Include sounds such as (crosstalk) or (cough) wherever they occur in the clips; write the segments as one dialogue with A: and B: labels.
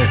A: Ez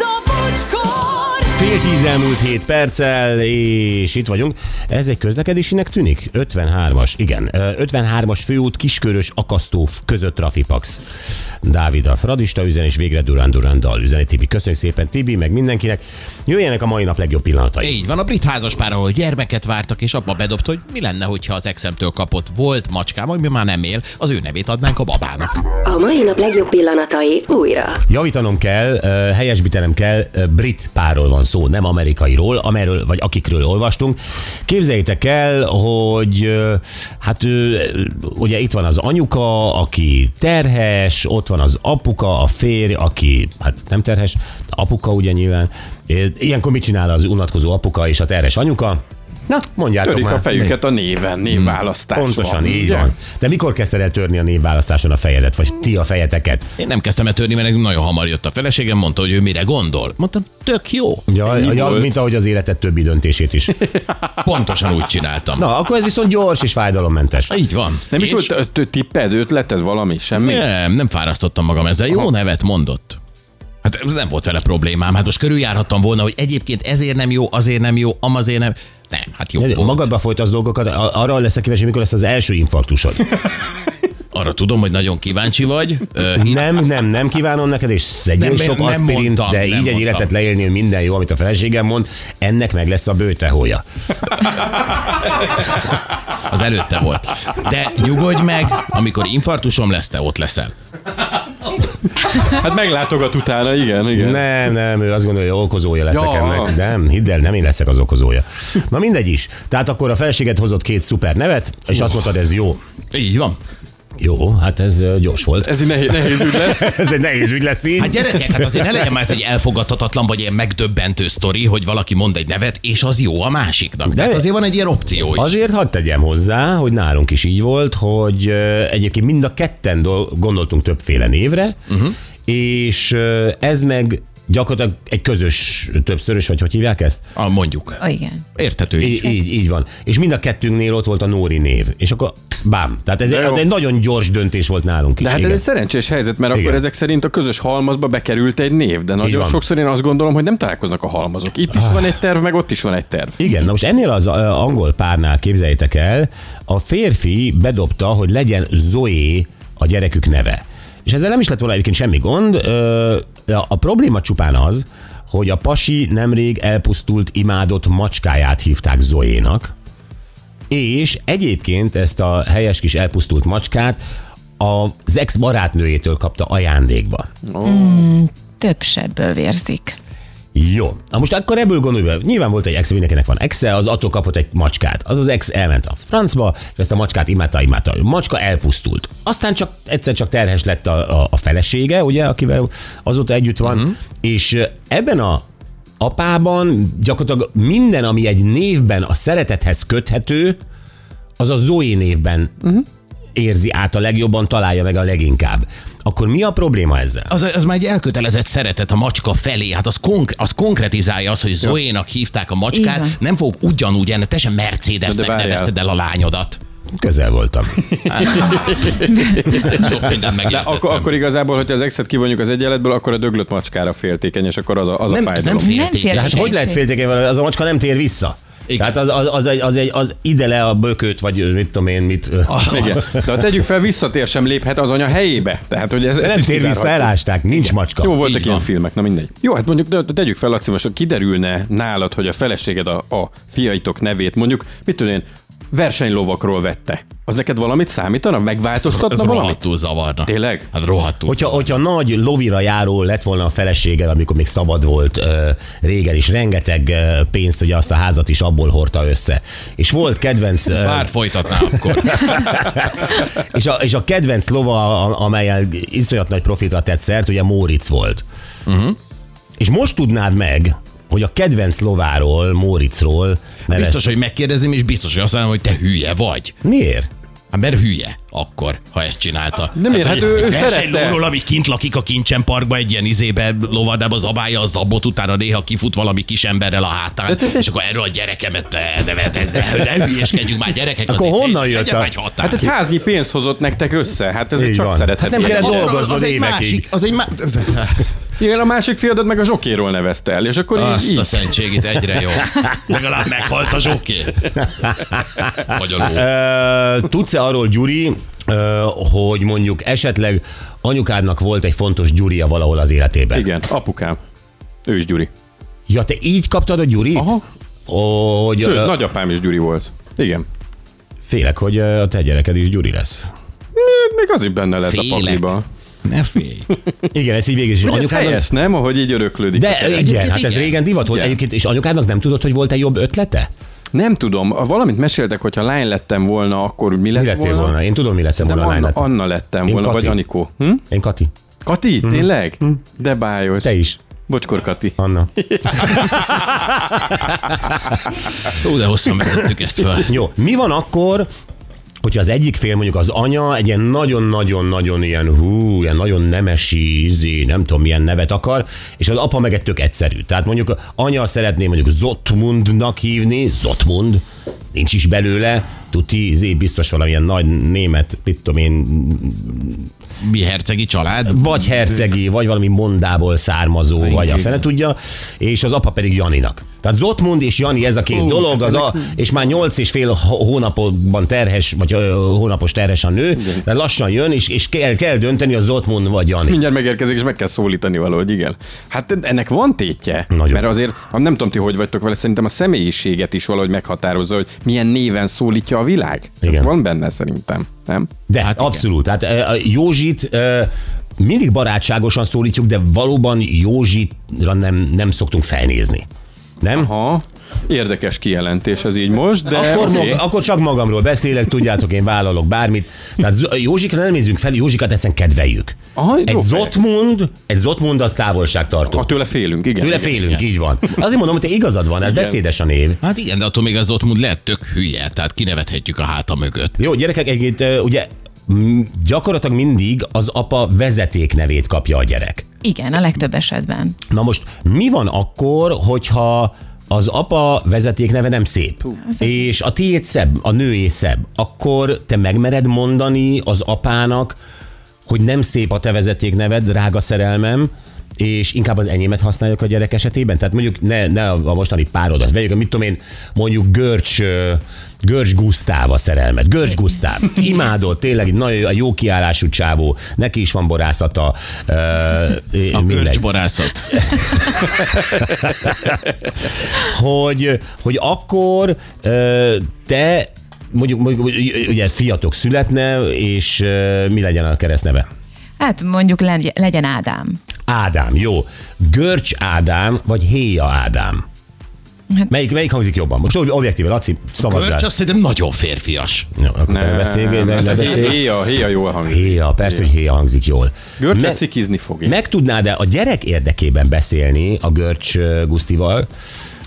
B: a bocskor!
C: Fél tíz elmúlt hét perccel, és itt vagyunk. Ez egy közlekedésinek tűnik? 53-as, igen. Ö, 53-as főút Kiskörös Akasztó között Trafipax. Dávid a Fradista üzen, és végre Durán Durán dal üzeni Tibi. Köszönjük szépen Tibi, meg mindenkinek. Jöjjenek a mai nap legjobb pillanatai.
D: Így van, a brit házaspár, ahol gyermeket vártak, és abba bedobta, hogy mi lenne, hogyha az exemtől kapott volt macskám, ami már nem él, az ő nevét adnánk a babának.
E: A mai nap legjobb pillanatai újra.
C: Javítanom kell, ö, helyesbítenem kell, ö, brit párról van szó, nem amerikairól, amerről, vagy akikről olvastunk. Képzeljétek el, hogy ö, hát ö, ugye itt van az anyuka, aki terhes, ott van az apuka, a férj, aki hát nem terhes, apuka ugye nyilván. É, Ilyenkor mit csinál az unatkozó apuka és a terhes anyuka? Na, mondjátok
F: Törik
C: már.
F: a fejüket a néven, névválasztás
C: hát Hmm. Pontosan,
F: van,
C: így
F: ugye?
C: van. De mikor kezdted el törni a névválasztáson a fejedet, vagy ti a fejeteket?
D: Én nem kezdtem el törni, mert nagyon hamar jött a feleségem, mondta, hogy ő mire gondol. Mondtam, tök jó.
C: Ja,
F: Ennyi
C: ja,
F: volt.
C: mint ahogy az életed többi döntését is.
D: Pontosan úgy csináltam.
C: Na, akkor ez viszont gyors és fájdalommentes.
D: Így van.
F: Nem is
D: És-
F: volt ö, ö, tipped, ötleted valami, semmi?
D: Nem, nem fárasztottam magam ezzel. Jó nevet mondott. Hát nem volt vele problémám. Hát most körüljárhattam volna, hogy egyébként ezért nem jó, azért nem jó, amazért nem. Nem, hát jó.
C: Ne,
D: volt.
C: Magadba folytasz dolgokat, a- arra leszek kíváncsi, mikor lesz az első infarktusod.
D: Arra tudom, hogy nagyon kíváncsi vagy. Ö,
C: Nem, nem, nem kívánom neked, és szedjél
D: Nem,
C: sok
D: nem
C: aspirint,
D: mondtam,
C: de
D: nem
C: így egy
D: mondtam.
C: életet leélni, hogy minden jó, amit a feleségem mond, ennek meg lesz a bőtehója.
D: Az előtte volt. De nyugodj meg, amikor infartusom lesz, te ott leszel.
F: Hát meglátogat utána, igen, igen.
C: Nem, nem, ő azt gondolja, hogy okozója leszek
F: Ja.
C: ennek. Nem, hidd el, nem én leszek az okozója. Na mindegy is. Tehát akkor a feleséget hozott két szuper nevet, és azt mondtad, ez jó.
D: Így van.
C: Jó, hát ez ö, gyors volt.
F: Ez egy nehéz, nehéz ügylet.
C: Ez egy nehéz ügy lesz így.
D: Hát gyerekek, hát azért ne legyen már ez egy elfogadhatatlan vagy ilyen megdöbbentő sztori, hogy valaki mond egy nevet, és az jó a másiknak. De Tehát azért van egy ilyen opció is.
C: Azért hadd tegyem hozzá, hogy nálunk is így volt, hogy ö, egyébként mind a ketten dol- gondoltunk többféle névre,
F: Mhm.
C: uh-huh. és ö, ez meg gyakorlatilag egy közös többszörös, vagy hogy hívják ezt?
D: A, mondjuk.
B: Ah, igen.
D: Érthető
C: Így,
D: így.
C: így, így van. És mind a kettőnknél ott volt a Nóri név. És akkor bám. Tehát ez
F: De jó.
C: egy, egy nagyon gyors döntés volt nálunk is.
F: De hát ez
C: igen.
F: egy szerencsés helyzet, mert
C: Igen.
F: akkor ezek szerint a közös halmazba bekerült egy név, de nagyon
C: van. Ah.
F: sokszor én azt gondolom, hogy nem találkoznak a halmazok. Itt is van egy terv, meg ott is van egy terv.
C: Igen, na most ennél az ö, angol párnál képzeljétek el, a férfi bedobta, hogy legyen Zoé a gyerekük neve. És ezzel nem is lett volna egyébként semmi gond. Ö, a- A probléma csupán az, hogy a pasi nemrég elpusztult imádott macskáját hívták Zoénak, és egyébként ezt a helyes kis elpusztult macskát az ex barátnőjétől kapta ajándékba.
B: Több sebből vérzik.
C: Jó. Na most akkor ebből gondolj be. Nyilván volt egy ex, mindenkinek van ex az attól kapott egy macskát. Az az ex elment a francba, és ezt a macskát imádta, imádta. A macska elpusztult. Aztán csak egyszer csak terhes lett a, a, a felesége, ugye, akivel azóta együtt van, uh-huh. és ö, ebben a apában gyakorlatilag minden, ami egy névben a szeretethez köthető, az a Zoé névben uh-huh. érzi át a legjobban, találja meg a leginkább. Akkor mi a probléma ezzel?
D: Az, az már egy elkötelezett szeretet a macska felé, hát az, konkr- az konkretizálja az, hogy Zoénak hívták a
B: Így van.
D: macskát, nem fog ugyanúgy enni, te sem
F: De
D: Mercedesnek
F: várjál.
D: nevezted el a lányodat.
C: Közel voltam.
D: Sok minden
F: De
D: megértettem.
F: akkor, akkor igazából, hogyha az exet kivonjuk az egyenletből, akkor a döglött macskára féltékeny, és akkor az a, az
D: Nem,
F: a
D: ez nem
F: fájdalom.
B: Nem
D: féltékeny.
B: féltékeny.
D: De
C: Hát hogy lehet féltékeny vele? Az a macska nem tér vissza. Igen.
D: Igen.
C: Tehát az, az, az, egy, az, egy, az ide le a bökőt, vagy mit tudom én, mit.
F: Ah,
C: (laughs)
F: Igen. De ha tegyük fel, visszatér sem léphet az anya helyébe. Tehát, hogy ez,
C: De
F: ezt
C: nem
F: is
C: tér vissza,
F: kizárhatjuk.
C: elásták, nincs macska.
F: Jó
D: Így
F: voltak ilyen
D: van.
F: filmek, na mindegy. Jó, hát mondjuk de, de tegyük fel, Laci, most ha kiderülne nálad, hogy a feleséged a, a fiaitok nevét mondjuk, mit tudom én, versenylovakról vette. Az neked valamit számítana?
D: Ez
F: Megváltoztatna valamit?
D: rohadtul zavarna.
F: Tényleg?
D: Hát rohadtul.
C: Hogyha, hogyha nagy lovira járó lett volna a felesége, amikor még szabad volt ö, régen is, rengeteg ö, pénzt, ugye azt a házat is abból hordta össze. És volt kedvenc... Ö,
D: Bár folytatná akkor.
C: és, a, és a kedvenc lova, a- amelyel iszonyat nagy profitra tett szert, ugye Móricz volt. Uh-huh.
F: Mhm.
C: És most tudnád meg, hogy a kedvenc lováról, Móriczról nevezték.
D: Biztos, hogy megkérdezném, és biztos, hogy azt mondom, hogy te hülye vagy.
C: Miért?
D: Hát mert hülye akkor, ha ezt csinálta.
F: nem
D: Tehát,
F: érhető,
D: hogy
F: ő
D: egy
F: szerette.
D: versenylóról, ami kint lakik a kincsen parkba, egy ilyen izébe lovadába zabálja a zabot, utána néha kifut valami kis emberrel a hátán,
F: de- de-
D: és akkor erről a gyerekemet ne, ne, ne, ne, ne hülyeskedjünk már gyerekek.
C: Akkor
D: azért
C: honnan
D: egy-
C: jött
D: legyen
C: a-
D: már egy határ.
F: Hát egy háznyi pénzt hozott nektek össze, hát ez
C: Így
F: csak
C: van.
F: szerethető.
C: Hát nem kellett
D: Akkor az-
C: dolgoznod
D: az egy
C: évekig.
D: másik, Az egy má-
C: (laughs)
F: Igen, a másik fiadat meg a zsokéról nevezte el, és akkor
D: Azt
F: így,
D: a
F: így.
D: szentségét egyre jó. Legalább meghalt a zsoké. Vagy a ló.
C: Ö, Tudsz-e arról, Gyuri, ö, hogy mondjuk esetleg anyukádnak volt egy fontos Gyuria valahol az életében?
F: Igen, apukám. Ő is Gyuri.
C: Ja, te így kaptad a Gyurit?
F: Aha.
C: Ó, Hogy,
F: Sőt,
C: ö,
F: nagyapám is Gyuri volt. Igen.
C: Félek, hogy ö, a te gyereked is Gyuri lesz.
F: Még az is benne lett a
D: Félek.
F: pakliba.
D: Ne félj.
C: Igen, ez így végig is.
F: Ugye ez
C: Anyukádnak-
F: helyes, nem? Ahogy így öröklődik.
C: De
F: De...
C: igen, hát ez
D: igen.
C: régen divat volt.
F: Igen.
C: Egyébként, és anyukádnak nem tudod, hogy volt egy jobb ötlete?
F: Nem tudom, a- valamit meséltek, hogyha lány lettem volna, akkor mi lett
C: Mi lettél
F: volna?
C: volna? Én tudom, mi lettem
F: De
C: volna. a lány
F: Anna,
C: lettem.
F: Anna lettem
C: Én
F: volna,
C: Kati.
F: vagy Anikó. Hm?
C: Én Kati.
F: Kati, tényleg? De bájos.
C: Te is.
F: Bocskor, Kati.
C: Anna.
D: Ó, de hosszan vetettük ezt föl.
C: Jó, mi van akkor, hogyha az egyik fél, mondjuk az anya egy ilyen nagyon-nagyon-nagyon ilyen hú, ilyen nagyon nemesi, izé, nem tudom milyen nevet akar, és az apa meg egy tök egyszerű. Tehát mondjuk anya szeretné mondjuk Zottmundnak hívni, Zottmund, nincs is belőle, tuti, izé, biztos valamilyen nagy német, mit tudom én,
D: Mi hercegi család?
C: vagy hercegi, vagy valami mondából származó, vagy a fene tudja, és az apa pedig Janinak. Tehát Zotmund és Jani ez a két dolog, az a, és már nyolc és fél hó- hónapban terhes, vagy ö, hónapos terhes a nő, de lassan jön, és, és kell, kell dönteni a Zotmund vagy Jani.
F: Mindjárt megérkezik, és meg kell szólítani valahogy, igen. Hát ennek van tétje.
C: Nagyon.
F: Mert azért, ha nem tudom ti, hogy vagytok vele, szerintem a személyiséget is valahogy meghatározza, hogy milyen néven szólítja a világ.
C: Igen.
F: Van benne szerintem, nem?
C: De hát abszolút. Hát ö, a Józsit ö, mindig barátságosan szólítjuk, de valóban Józsitra nem, nem szoktunk felnézni. Nem?
F: Aha, érdekes kijelentés ez így most, de
C: Akkor,
F: oké.
C: okay. akkor csak magamról beszélek, tudjátok, én vállalok bármit. Tehát Z- Józsikra nem nézünk fel, Józsikát egyszerűen kedveljük.
F: Aha, jó
C: egy
F: fej.
C: Zotmond, egy Zotmond az távolságtartó.
F: Ha tőle félünk, igen.
C: Tőle
F: igen.
C: félünk, így van. Azért mondom, hogy te igazad van, ez beszédes a név.
D: Hát igen, de attól még az ott mond lehet tök hülye, tehát kinevethetjük a háta mögött.
C: Jó, gyerekek, egyébként ö, ugye m, gyakorlatilag mindig az apa vezeték nevét kapja a gyerek.
B: Igen, a legtöbb esetben.
C: Na most mi van akkor, hogyha az apa vezetékneve nem szép, és a tiéd szebb, a nőé szebb, akkor te megmered mondani az apának, hogy nem szép a te vezetékneved, drága szerelmem, és inkább az enyémet használjuk a gyerek esetében? Tehát mondjuk ne, ne a mostani párodat vegyük, mit tudom én, mondjuk Görcs, ö, Görcs Gusztáv a szerelmet. Görcs Gusztáv. Imádod, tényleg egy nagyon jó- a jó kiállású csávó, neki is van borászata. Ö,
D: A
C: mindegy
D: görcsborászat.
C: hogy, hogy akkor ö, te mondjuk, mondjuk ugye fiatok születne, és ö, mi legyen a keresztneve?
B: Hát mondjuk legy- legyen Ádám.
C: Ádám, jó. Görcs Ádám, vagy Héja Ádám? Melyik, melyik hangzik jobban? Most objektíve, Laci,
D: Görcs
C: szavazzál.
D: azt szerintem nagyon férfias.
C: Jó, akkor te
F: Nem,
C: beszélj,
F: hát
C: beszélj.
F: Héja, héja jól hangzik.
C: Héja, persze, hogy héja hangzik jól.
F: Görcset
C: Me-
F: cikizni fog.
C: Meg tudnád -e a gyerek érdekében beszélni a Görcs ö, Gusztival,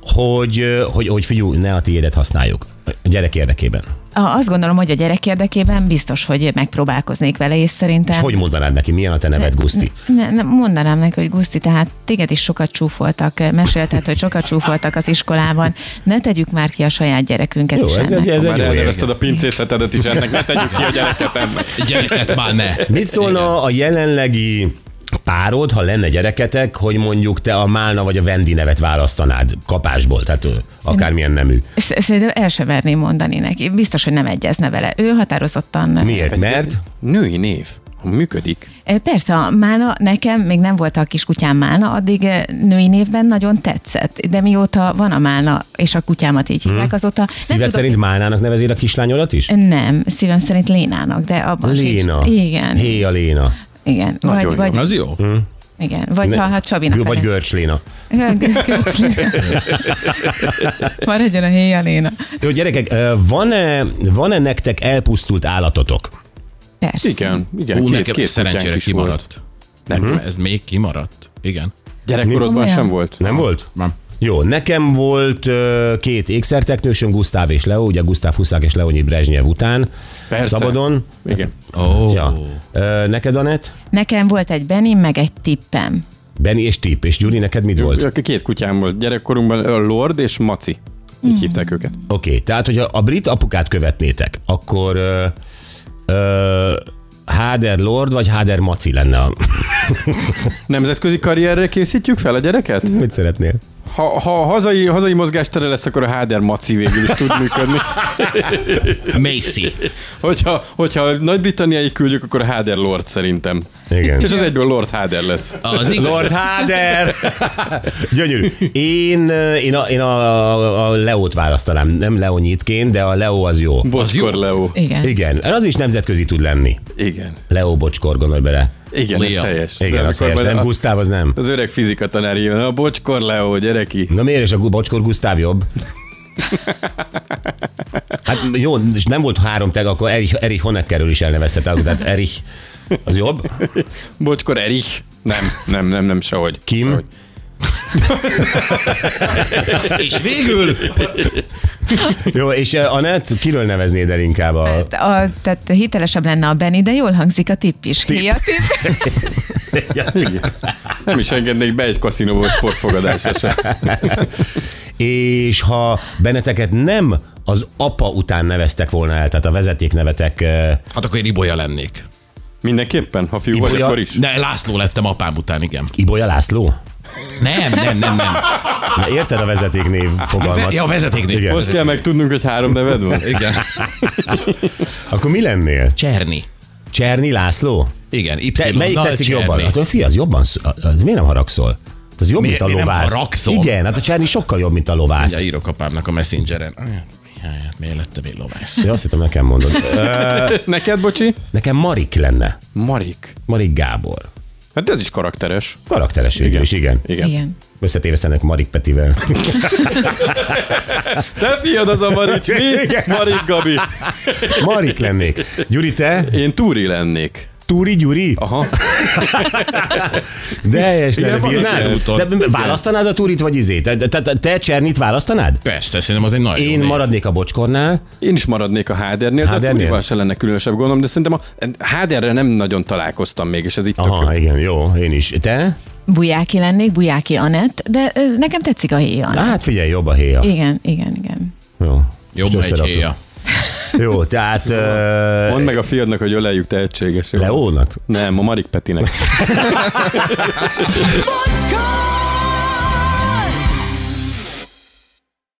C: hogy, ö, hogy, hogy figyú, ne a tiédet használjuk. A gyerek érdekében.
B: A- Azt gondolom, hogy a gyerek érdekében biztos, hogy megpróbálkoznék vele, és szerintem...
C: És hogy mondanád neki, milyen a te neved, Guszti?
B: Ne, ne, mondanám neki, hogy Guszti, tehát téged is sokat csúfoltak, mesélted, hogy sokat csúfoltak az iskolában. Ne tegyük már ki a saját gyerekünket
C: Jó,
B: is
C: ez,
B: ennek.
C: ez, ez
F: Már
C: egy jó érv.
F: elnevezted a pincészetedet is ennek, ne tegyük ki a gyereket ennek.
D: Gyereket már ne.
C: Mit szólna a jelenlegi párod, ha lenne gyereketek, hogy mondjuk te a Málna vagy a Vendi nevet választanád kapásból, tehát ö, akármilyen nemű.
B: Sz- Szerintem el sem merném mondani neki. Biztos, hogy nem egyezne vele. Ő határozottan...
C: Miért? Mert?
F: Női név. Ha Működik.
B: Ö, Persze, a Málna, nekem még nem volt a kiskutyám Málna, addig ö, női névben nagyon tetszett, de mióta van a Málna, és a kutyámat így hívják, azóta nem
C: Szíved Mhm. szerint Málnának nevezél a kislányodat is?
B: Nem, szívem szerint Lénának, de abban
C: Léna.
B: Sincs. Igen,
C: Hé a Léna.
B: igen.
F: Nagyon jó. Hm.
B: Vagy, vagy,
D: Az jó.
B: igen. vagy
C: Ne-
B: ha hát Csabinak.
C: Vagy
B: legyen.
C: Görcs Léna.
B: Maradjon a héja Léna.
C: Jó, gyerekek, ö, van-e, van-e nektek elpusztult állatotok?
B: Persze.
F: Igen, igen.
D: Ú,
F: két,
D: nekem
F: két
D: szerencsére
F: kutyánk is volt.
D: kimaradt. Nem, ez még kimaradt. Igen.
F: Gyerekkorodban
B: Komolyan?
F: sem volt.
C: Nem volt?
D: Nem.
C: Jó, nekem volt ö, két ékszerteknősöm, Gusztáv és Leo, ugye Gusztáv Huszák és Leonid Brezsnyev után,
F: Persze.
C: szabadon.
F: Igen.
D: Ó,
C: Ja. Ö, neked, Anett?
B: Nekem volt egy Benim, meg egy tippem.
C: Benni és Tip, és Gyuri, neked mit volt? Oké,
F: Volt. Két kutyám volt gyerekkorunkban, a Lord és Maci. Így hívták őket.
C: okay, tehát hogyha a brit apukát követnétek, akkor ö, ö, Háder Lord vagy Háder Maci lenne a... (laughs)
F: Nemzetközi karrierre készítjük fel a gyereket?
C: Mit szeretnél?
F: Ha, ha a hazai, hazai mozgástere lesz, akkor a Háder Maci végül is tud működni.
D: Macy.
F: Hogyha, hogyha Nagy-Britanniáig küldjük, akkor a Háder Lord szerintem.
C: Igen.
F: És az egyből Lord Háder lesz.
D: Az igaz.
C: Lord Háder! (laughs) Gyönyörű. Én, ö, én, a, én a, a Leót választanám, nem Leonyitként, de a Leo az jó.
F: Bocskor Leo.
B: Igen.
C: Igen, az is nemzetközi tud lenni.
F: Igen.
C: Leo Bocskor, gondolj bele.
F: Igen, ez
D: Leo.
F: helyes.
C: Igen,
F: De
C: az
F: amikor
C: helyes.
F: majd
C: Nem,
F: a-
C: Gusztáv az nem.
F: Az öreg fizika tanár jön, a Bocskor Leo, gyereki.
C: Na miért, és a Gu- Bocskor Gusztáv jobb? Hát jó, és nem volt három tag, akkor Erich, Erich Honeckerről is elnevezhet, akkor tehát Erich az jobb.
F: Bocskor Erich. Nem, nem, nem, nem, sehogy.
C: Kim?
F: Sehogy.
D: És végül
C: Jó, és eh, Anett, kiről neveznéd el inkább a...
B: Tehát, a, tehát hitelesebb lenne a Benny, de jól hangzik a tipp is. Tip. Héja, tipp.
F: Igen. Nem is engednék be egy kaszinóból sportfogadásra se.
C: És ha benneteket nem az apa után neveztek volna el, tehát a vezetéknevetek... eh,
D: Hát akkor én Ibolya lennék.
F: Mindenképpen, ha fiú vagy,
C: Ibolya-
F: akkor is.
D: De László lettem apám után, igen.
C: Ibolya László?
D: Nem, nem, nem, nem.
C: Na, érted a vezetéknév fogalmat?
D: Ja, vezetéknél.
C: Igen.
F: Azt kell meg tudnunk, hogy három neved
C: (laughs)
F: van.
D: Igen.
C: Akkor mi lennél?
D: Cserni.
C: Cserni László?
D: Igen, Y.
C: Te, melyik
D: Nagy
C: tetszik
D: Cserni.
C: jobban? Hát a fi, az jobban, sz- az miért nem haragszol? Hát Az jobb,
D: Mi-
C: mint a
D: mi nem
C: lovász.
D: haragszom?
C: Igen, hát a cserni sokkal jobb, mint a
D: Mindjárt
C: lovász.
D: írok apámnak a messengeren. Hát miért lettem én lovász?
C: Ja, azt hittem, nekem
D: (laughs)
C: mondod. Ö,
F: Neked, bocsi?
C: Nekem Marik lenne.
F: Marik.
C: Marik Gábor.
F: Hát ez is karakteres.
C: Karakteres igen. is, igen.
F: Igen. Igen.
B: Igen.
C: Összetévesztenek Marik Petivel.
D: (laughs)
F: Te fiad az a Marik, mi?
C: Igen.
F: Marik Gabi.
C: Marik lennék. Gyuri, te?
F: Én Túri lennék.
C: Túri Gyuri?
F: Aha.
C: De, és te
D: Ah. Igen, Marik
C: bírnád?
D: úton.
C: De választanád a Túrit vagy izét? Te, te, te Csernit választanád?
D: Persze, szerintem az egy nagy jó
C: Én
D: név.
C: maradnék a bocskornál.
F: Én is maradnék a Hádernél, de a
C: Hádernél?
F: Túrival se lenne különösebb gondom, de szerintem a Háderre nem nagyon találkoztam még, és ez itt
C: Aha, igen, jó, én is. Te?
B: Bujáki lennék, Bujáki Anett, de ö, nekem tetszik a héja. Anett.
C: Hát figyelj, jobb a héja.
B: Igen, igen, igen.
C: Jó. Most
D: Jobb egy
C: összeraktuk.
D: héja.
C: Jó, tehát ö,
F: Mondd meg a fiadnak, hogy öleljük tehetséges.
C: Leónak.
F: Nem, a Marik Petinek.
G: Bocskor!